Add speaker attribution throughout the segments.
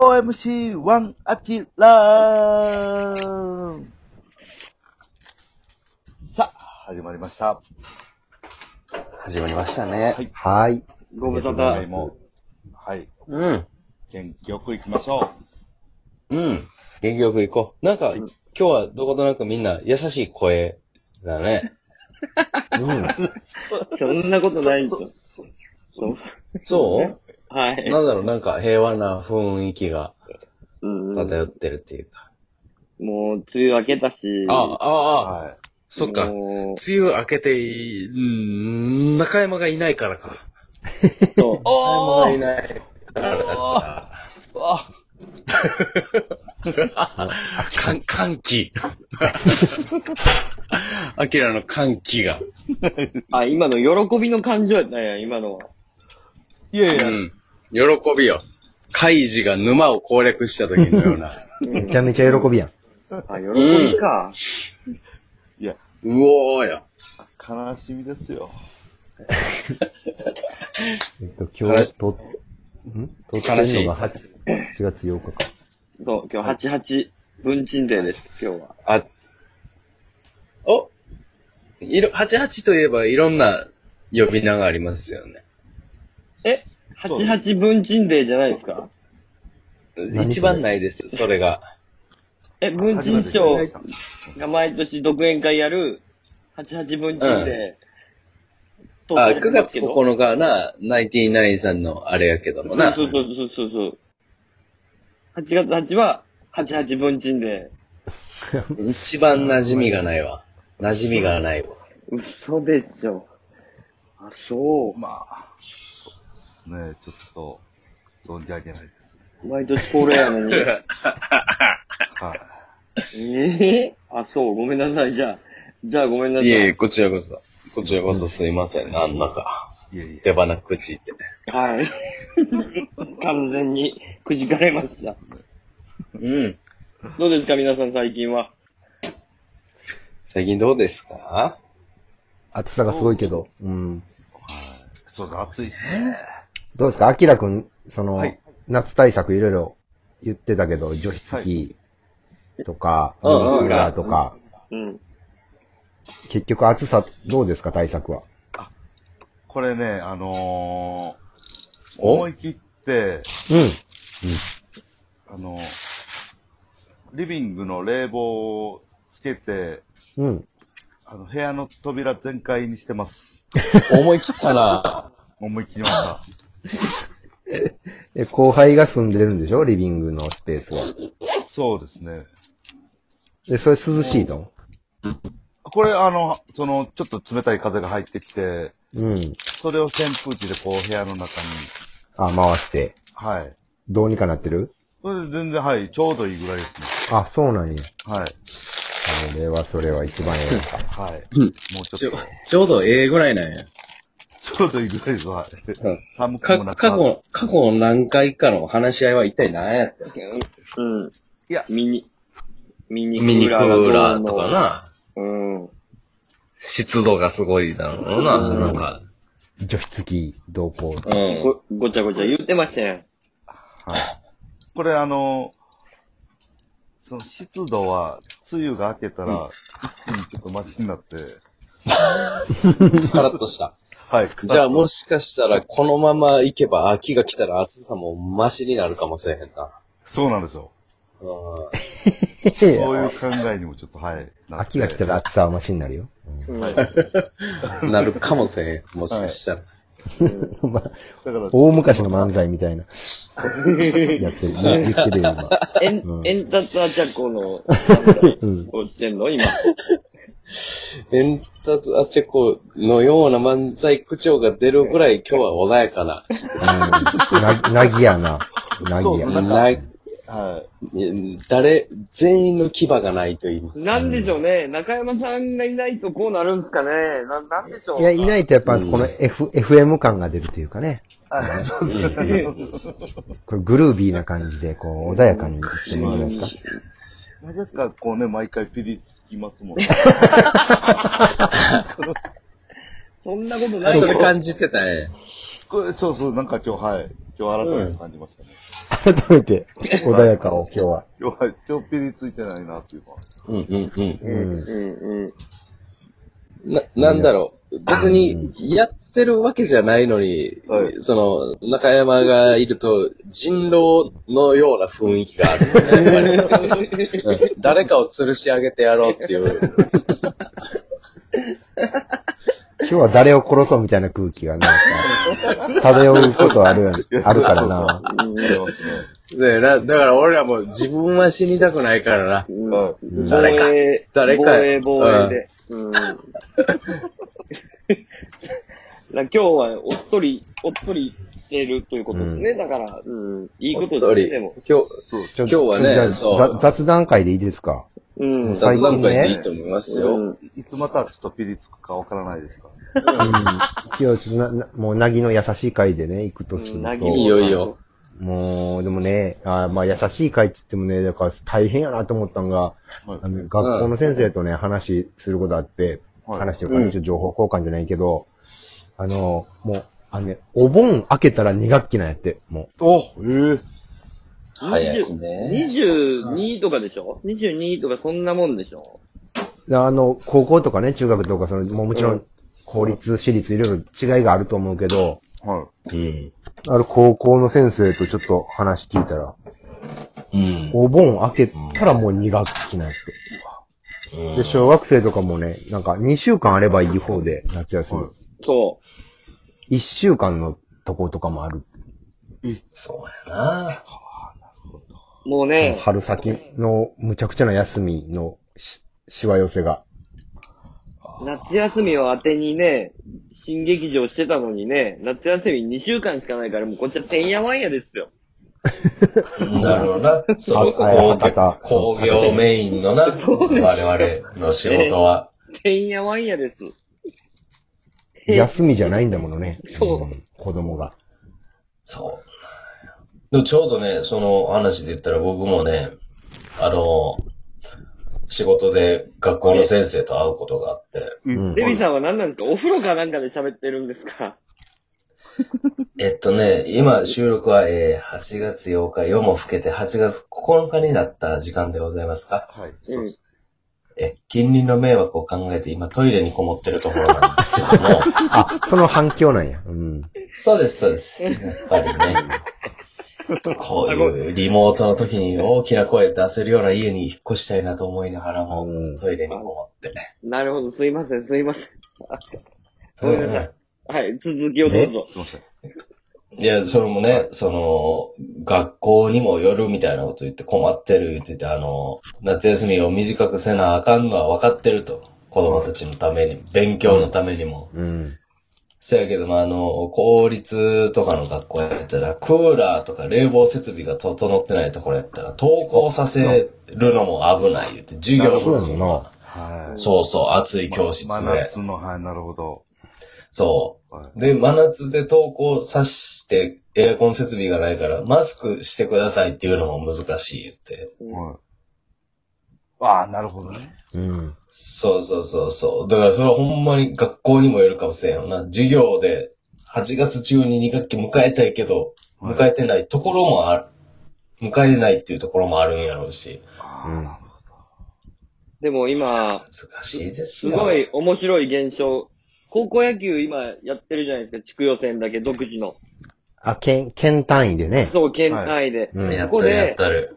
Speaker 1: 4MC1 アキラーさあ、始まりました。
Speaker 2: 始まりましたね。
Speaker 1: はい
Speaker 3: はい。
Speaker 4: ご無沙
Speaker 1: 今回
Speaker 4: 汰。
Speaker 1: も、はい、
Speaker 2: うん。
Speaker 1: 元気よく行きましょ
Speaker 2: うん。元気よく行こう。なんか、今日はどことなくみんな優しい声だ ね。
Speaker 3: うん。
Speaker 4: そんなことないんですよ。
Speaker 2: そう
Speaker 4: はい。
Speaker 2: なんだろう、なんか平和な雰囲気が
Speaker 4: うん
Speaker 2: 漂ってるっていうか。
Speaker 4: もう、梅雨明けたし。
Speaker 2: あ、あ
Speaker 1: う。、
Speaker 2: ああ、
Speaker 1: は
Speaker 2: そっか。梅
Speaker 4: も
Speaker 2: 雨明けてい、うん、中山がいないからか。
Speaker 4: うそう。
Speaker 2: おーいない。
Speaker 1: い。わ
Speaker 2: かん、歓 喜。アキラの歓喜が。
Speaker 4: あ、今の喜びの感情やったんや、今のは。
Speaker 1: いやいうや、
Speaker 2: ん。喜びよ。カイジが沼を攻略した時のよ うな。
Speaker 4: うん
Speaker 3: めちゃめちゃ喜びやん。
Speaker 4: あ、喜びか。
Speaker 1: いや、
Speaker 2: うおーよ。
Speaker 1: 悲しみですよ。
Speaker 3: えっと、今日、と、ん撮ってん
Speaker 2: 悲しい
Speaker 3: のが 8, 8月8日か。
Speaker 4: そう、今日88文鎮デーです、今日は。
Speaker 2: あ、おいろ、88といえばいろんな呼び名がありますよね。
Speaker 4: え
Speaker 1: そう
Speaker 4: ?88 文鎮デーじゃないですか
Speaker 3: れ
Speaker 2: 一番ないです、それ が。
Speaker 4: え、文鎮師匠が毎年独演会やる88文鎮デー。
Speaker 2: あ、9月
Speaker 4: 日。
Speaker 2: 9日な、ナインティナインさんのあれやけどもな。
Speaker 4: そうそうそうそうそうそう。8月8は88文鎮デー。
Speaker 2: 一番馴染みがないわ。馴染みがないわ。
Speaker 4: 嘘でしょ。あ、そう。
Speaker 1: まあ、そうですね、ちょっと、存じ上げないです。
Speaker 4: 毎年恒例や のに。
Speaker 1: はい。
Speaker 4: ええあ、そう。ごめんなさい。じゃあ、じゃあごめんなさい。
Speaker 2: いえいえ、こちらこそ。こちらこそすいません、あんなさ。
Speaker 1: いやいや、
Speaker 2: 手花くじいて。
Speaker 4: はい。 完全にくじかれました。
Speaker 2: うん。
Speaker 4: どうですか、皆さん最近は。
Speaker 2: 最近どうですか
Speaker 3: 暑さがすごいけど。うん。
Speaker 1: そうだ、暑いですね。
Speaker 3: どうですかアキラくん、その、
Speaker 1: はい
Speaker 3: 夏対策いろいろ言ってたけど、除湿機とか、
Speaker 2: うんうん
Speaker 3: クーラーとか、
Speaker 4: うん。
Speaker 3: 結局暑さどうですか対策は。
Speaker 1: これね、あのー、
Speaker 2: お
Speaker 1: 思い切って、
Speaker 3: う
Speaker 1: あの、リビングの冷房をつけて、
Speaker 3: ん。うん。
Speaker 1: あの、部屋の扉全開にしてます。
Speaker 2: 思い切ったな。
Speaker 1: 思い切りま した。
Speaker 3: え、後輩が住んでるんでしょリビングのスペースは。
Speaker 1: そうですね。
Speaker 3: で、それ涼しいの
Speaker 1: これ、あの、その、ちょっと冷たい風が入ってきて、
Speaker 3: うん。
Speaker 1: それを扇風機でこう部屋の中に、
Speaker 3: あ、回して。
Speaker 1: はい。
Speaker 3: どうにかなってる
Speaker 1: それで全然、はい、ちょうどいいぐらいですね。
Speaker 3: あ、そうなんや。
Speaker 1: はい。
Speaker 3: それはそれは一番ええやんか。
Speaker 1: はい。
Speaker 2: うん
Speaker 1: もう
Speaker 2: ち
Speaker 1: ちょ
Speaker 2: ょ
Speaker 1: っと、、
Speaker 2: ちょうどええぐらいなんや。
Speaker 1: ちょうどいいぐらいです。はい。
Speaker 2: うん
Speaker 1: 寒くもな
Speaker 2: か、
Speaker 1: くて
Speaker 2: 過去、過去何回かの話し合いは一体何やったっけ
Speaker 4: うん。
Speaker 1: いや
Speaker 4: ミニ、ミニ
Speaker 2: ミニクーラー
Speaker 4: が
Speaker 2: と
Speaker 4: どう
Speaker 2: か
Speaker 4: の。
Speaker 2: な。
Speaker 4: うん。
Speaker 2: 湿度がすごいだろうな、
Speaker 4: うん
Speaker 2: なんか。
Speaker 3: 除湿機同行。
Speaker 2: うん。
Speaker 4: ご、ごちゃごちゃ言ってましたやん。
Speaker 1: はい。これ、あの、その湿度は、梅雨が明けた
Speaker 2: う
Speaker 1: ら、一気にちょっとマシになって、
Speaker 2: カラッとした。
Speaker 1: はい。
Speaker 2: じゃあもしかしたら、このまま行けば秋が来たら暑さもマシになるかもしれへんな。
Speaker 1: そうなんですよ。
Speaker 2: う
Speaker 1: そういう考えにもちょっと、はい。なって
Speaker 3: 秋が来たら暑さはマシになるよ。
Speaker 4: うん。
Speaker 2: ん。なるかもしれへん。もしかしたら。
Speaker 3: うんまあ
Speaker 1: だから、
Speaker 3: 大昔の漫才みたいな。やってる。言ってるよ、今。
Speaker 4: エン
Speaker 3: う、ん
Speaker 4: エンタツアチャコの、なん
Speaker 3: うん
Speaker 4: だこうしてんの今。
Speaker 2: エンタツアチェコのような漫才口調が出るぐらい今日は穏やかな。
Speaker 3: うんな、なぎやな。なぎや。
Speaker 1: そう
Speaker 2: ない、
Speaker 1: はい。
Speaker 2: 誰、全員の牙がないと言います。
Speaker 4: なんでしょうね。中山さんがいないとこうなるんすかね。な、なんでしょう。
Speaker 3: いや、いないとやっぱ、この F、FM 感が出るというかね。これグルービーな感じで、こう、穏やかに言ってもらえますか。
Speaker 1: なぜか、こうね、毎回ピリつきますもんね。
Speaker 4: そんなことな
Speaker 2: あ
Speaker 4: い よ
Speaker 2: それ感じてたね。
Speaker 1: これそうそう、なんか今日、はい。今日改めて感じましたね。
Speaker 3: 改めて、穏やかを今日は。
Speaker 1: 今日は、ちょっぴりついてないなっていうか。
Speaker 2: うんうんうん。
Speaker 3: うん。
Speaker 4: うん
Speaker 2: な、なんだろう。別に、やってるわけじゃないのに、
Speaker 1: はい
Speaker 2: その、中山がいると、人狼のような雰囲気がある、やっぱり うん誰かを吊るし上げてやろうっていう。
Speaker 3: 今日は誰を殺そうみたいな空気がなんか、漂うことある、 あるからな。
Speaker 1: あります
Speaker 2: でなだから俺らも自分は死にたくないからな。
Speaker 4: うん。
Speaker 1: ね。は
Speaker 4: う
Speaker 1: い。
Speaker 4: ん。
Speaker 2: 誰か
Speaker 4: 防衛
Speaker 2: 誰か
Speaker 4: 防衛、防衛で。 うん。だから今日はおっとり、おっとりしてるということですね。だから、うん。いいことですねで
Speaker 2: 今
Speaker 4: も。
Speaker 2: 日、
Speaker 1: そうです。
Speaker 3: ちょ
Speaker 2: 今日はね
Speaker 3: じゃあ
Speaker 2: そう
Speaker 3: ざ雑談会でいいですか
Speaker 4: うん。
Speaker 3: 最
Speaker 2: 雑
Speaker 3: 近ね
Speaker 2: 談会でいいと思いますよ。
Speaker 4: うん
Speaker 1: いつまたちょっとピリつくかわからないですから。
Speaker 3: うん。今日な、なもう、なぎの優しい会でね、行くとすると。
Speaker 4: なぎ
Speaker 2: いいよいいよ。
Speaker 3: もう、でもね、あーまあ、優しい会って言ってもね、だから大変やなと思ったのが、
Speaker 1: はい
Speaker 3: あの学校の先生とね、話することあって、
Speaker 1: はい
Speaker 3: 話してるから、ちょっと情報交換じゃないけど、あの、もう、あのね、お盆開けたら2学期なんやって、も
Speaker 1: おええ
Speaker 2: 早いね。
Speaker 4: 22とかでしょ ?22 とかそんなもんでしょ
Speaker 3: う。であの、高校とかね、中学とか、その、もうもち
Speaker 4: う
Speaker 3: ろ、
Speaker 4: ん
Speaker 3: 公立、私立、いろいろ違いがあると思うけど、
Speaker 1: は
Speaker 3: うん。ある高校の先生とちょっと話聞いたら、
Speaker 2: うん。
Speaker 3: お盆開けたらもう2学期なんやって。で、小学生とかもね、なんか2週間あればいい方で、夏休み。
Speaker 1: は
Speaker 4: そ
Speaker 3: 1週間のとことかもある。
Speaker 2: そうやな。
Speaker 4: う。もうね、
Speaker 3: 春先のむちゃくちゃな休みのし、しわ寄せが。
Speaker 4: 夏休みを当てにね、新劇場してたのにね、夏休み2週間しかないから、もうこっちはてんやわんやですよ。
Speaker 2: なるほどな。そう、
Speaker 3: ああ
Speaker 2: 工
Speaker 3: 博多
Speaker 2: 業工業メインのな、我々の仕事は。
Speaker 4: てんやわんやです。え
Speaker 3: 休みじゃないんだものね。
Speaker 4: そうん
Speaker 3: 子供が。
Speaker 2: そう。でもちょうどね、その話で言ったら僕もね、あの、仕事で学校の先生と会うことがあって、
Speaker 1: い。
Speaker 3: うん
Speaker 4: デビさんは何なんですかお風呂かなんかで喋ってるんですか
Speaker 2: えっとね、今収録は、えー8月8日、夜も更けて8月9日になった時間でございますか。
Speaker 1: はい。そううんです。。
Speaker 2: え、近隣の迷惑を考えて今トイレにこもってるところなんですけども、
Speaker 3: あ、その反響なんや。うん。
Speaker 2: そうです、そうです。やっぱりね。こういうリモートの時に大きな声出せるような家に引っ越したいなと思いながらも
Speaker 3: うん、
Speaker 2: トイレにこもって。
Speaker 4: なるほど、すいません、すいません。
Speaker 2: う
Speaker 4: ごめんなさい
Speaker 2: ん
Speaker 4: はい、続きをどうぞ。
Speaker 1: すいません。
Speaker 2: いや、それもね、その、学校にもよるみたいなこと言って困ってる言ってて、あの、夏休みを短くせなあかんのは分かってると。子供たちのために、勉強のためにも。
Speaker 3: うん。
Speaker 2: せやけど、まあ、あの、公立とかの学校やったら、クーラーとか冷房設備が整ってないところやったら、登校させるのも危ない言って、授業
Speaker 3: そう
Speaker 2: も
Speaker 3: やもんな。
Speaker 1: はい。
Speaker 2: そうそう、暑い教室
Speaker 1: 真
Speaker 2: で。
Speaker 1: 夏の、はい、なるほど。
Speaker 2: そ
Speaker 1: は
Speaker 2: う。で、真夏で登校さして、エアコン設備がないから、マスクしてくださいっていうのも難しい言って。
Speaker 1: い。はい。ああ、なるほどね。
Speaker 3: うん。
Speaker 2: そうそうそうそう。だからそれはほんまに学校にもよるかもしれんよな。授業で8月中に2学期迎えたいけど、
Speaker 1: はい
Speaker 2: 迎えてないところもある。迎えてないっていうところもあるんやろうし。
Speaker 1: あ
Speaker 3: うん
Speaker 1: あ、なるほ
Speaker 4: でも今、
Speaker 2: 難しいです
Speaker 4: す
Speaker 2: よ。
Speaker 4: ごい面白い現象。高校野球今やってるじゃないですか、地区予選だけ独自の。
Speaker 3: あ、県、県単位でね。
Speaker 4: そう、県単位で。
Speaker 3: うん。
Speaker 2: や
Speaker 3: う
Speaker 2: っ
Speaker 4: ここ
Speaker 2: とる
Speaker 4: で
Speaker 2: やっとる。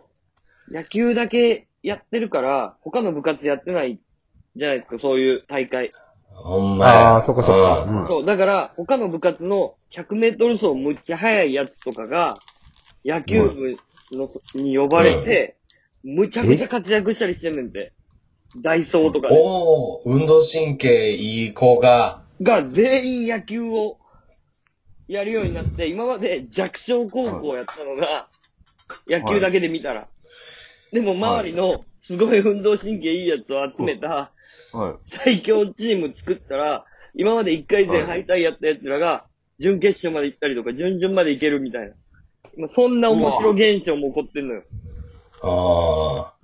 Speaker 4: 野球だけやってるから、他の部活やってないじゃないですか、そういう大会。
Speaker 2: ほんまや。
Speaker 3: ああ、そこそこ。
Speaker 2: うん
Speaker 3: うん。
Speaker 4: そう、だから、他の部活の100メートル走むっちゃ速いやつとかが、野球部の、に呼ばれて、むちゃくちゃ活躍したりしてんねんて。ダイソーとかで。
Speaker 2: おお運動神経いい子が、
Speaker 4: が、全員野球をやるようになって、今まで弱小高校やったのが、野球だけで見たら。でも、周りの、すごい運動神経いいやつを集めた、
Speaker 1: ど。はい。
Speaker 4: 最強チーム作ったら、今まで1回戦敗退やった奴らが、準決勝まで行ったりとか、準々まで行けるみたいな。まあそんな面白現象も起こってんのよ。
Speaker 2: ああ、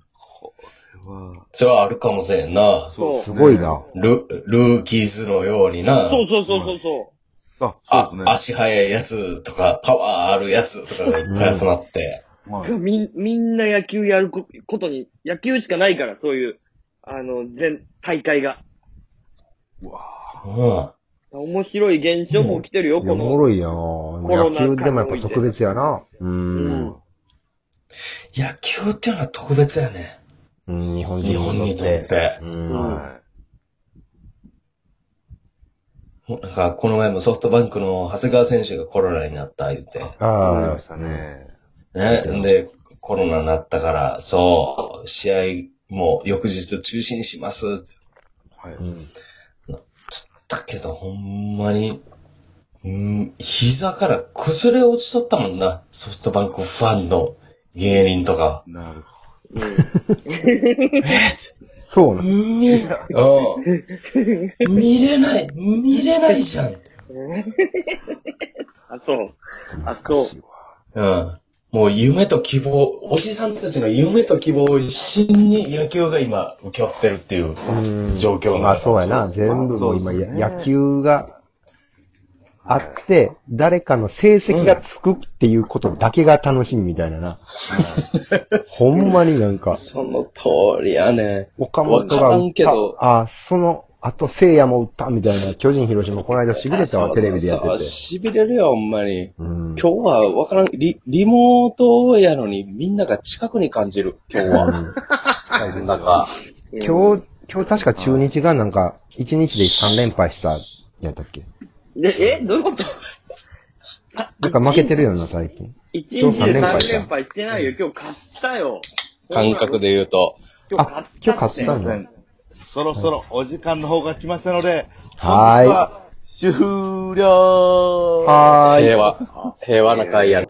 Speaker 1: うわ
Speaker 2: それはあるかもしれんな。
Speaker 4: そう。
Speaker 3: す
Speaker 4: そう
Speaker 3: ごいな。
Speaker 2: ル、ルーキーズのようにな。
Speaker 4: そうそうそうそう。
Speaker 1: あ、
Speaker 2: あ
Speaker 1: そう、です
Speaker 2: 足速いやつとか、パワーあるやつとかがいっぱい集まって、
Speaker 1: ね。はい。
Speaker 4: みん、みんな野球やるこことに、野球しかないから、そういう、あの、全、大会が。
Speaker 1: うわ
Speaker 2: うん。
Speaker 4: 面白い現象も起きてるよ、
Speaker 3: いや、
Speaker 4: こ
Speaker 3: お
Speaker 4: の。
Speaker 3: もろいやん。
Speaker 4: ロ
Speaker 3: 野
Speaker 4: ナ禍におい
Speaker 3: 球
Speaker 4: て
Speaker 3: でもやっぱ特別やな。う
Speaker 4: うん
Speaker 3: ん。
Speaker 2: 野球っていうのは特別やね。
Speaker 3: うん、日本人
Speaker 2: 日本にとって
Speaker 3: う。
Speaker 1: ぁ
Speaker 3: ん。
Speaker 1: は
Speaker 2: なんか、この前もソフトバンクの長谷川選手がコロナになった言うて。
Speaker 1: い。わかり
Speaker 3: あ
Speaker 1: ましたね。
Speaker 2: ね。で、コロナになったから、そう、試合も翌日中止にしますって
Speaker 1: はい。
Speaker 3: あ。うん
Speaker 2: 言ったけど、ほんまに、うん、膝から崩れ落ちとったもんな。ソフトバンクファンの芸人とか。
Speaker 1: なるほ
Speaker 3: そうな。
Speaker 2: 見、うん見れない、見れないじゃん。
Speaker 4: あ、そう。あ
Speaker 3: 難しいわ
Speaker 2: うん。もう夢と希望、おじさんたちの夢と希望を一心に野球が今受け負ってるっていう
Speaker 3: うん
Speaker 2: 状況
Speaker 3: ま
Speaker 2: な
Speaker 3: あ
Speaker 2: んだ
Speaker 3: そうやな。全部もう今、や野球があって、誰かの成績がつくっていうことだけが楽しみみたいなな。ほんまになんか、
Speaker 2: その通りやね。
Speaker 3: 岡本
Speaker 2: わ
Speaker 3: が
Speaker 2: から
Speaker 3: 打
Speaker 2: ん
Speaker 3: っ
Speaker 2: けど
Speaker 3: た、あ、その、あと聖夜も打ったみたいな、巨人広島この間しびれたわ、テレビでや
Speaker 2: そ
Speaker 3: って
Speaker 2: うそう
Speaker 3: て。
Speaker 2: そう痺れるよ、ほんまに。
Speaker 3: う
Speaker 2: 今
Speaker 3: ん
Speaker 2: 日はわからん、リ、リモートやのにみんなが近くに感じる、今日は。
Speaker 1: 近いですよ
Speaker 2: なんか、
Speaker 3: 今日、今日確か中日がなんか、1日で3連敗した、やったっけ
Speaker 4: で、えどういうこと
Speaker 3: なんか負けてるよな、最近。
Speaker 4: 一日で
Speaker 3: 今日
Speaker 4: 3
Speaker 3: 3
Speaker 4: 連敗してないよ。今日勝ったよ。
Speaker 2: 感覚で言うと。
Speaker 4: 今日
Speaker 3: あ
Speaker 4: 勝、
Speaker 3: 今日勝っ
Speaker 1: す
Speaker 3: た
Speaker 1: いま
Speaker 3: ん
Speaker 1: せ
Speaker 3: だ。
Speaker 1: ん。そろそろお時間の方が来ましたので、
Speaker 3: はーい
Speaker 1: 本日は終了
Speaker 3: はーい。
Speaker 2: 平和、平和な会や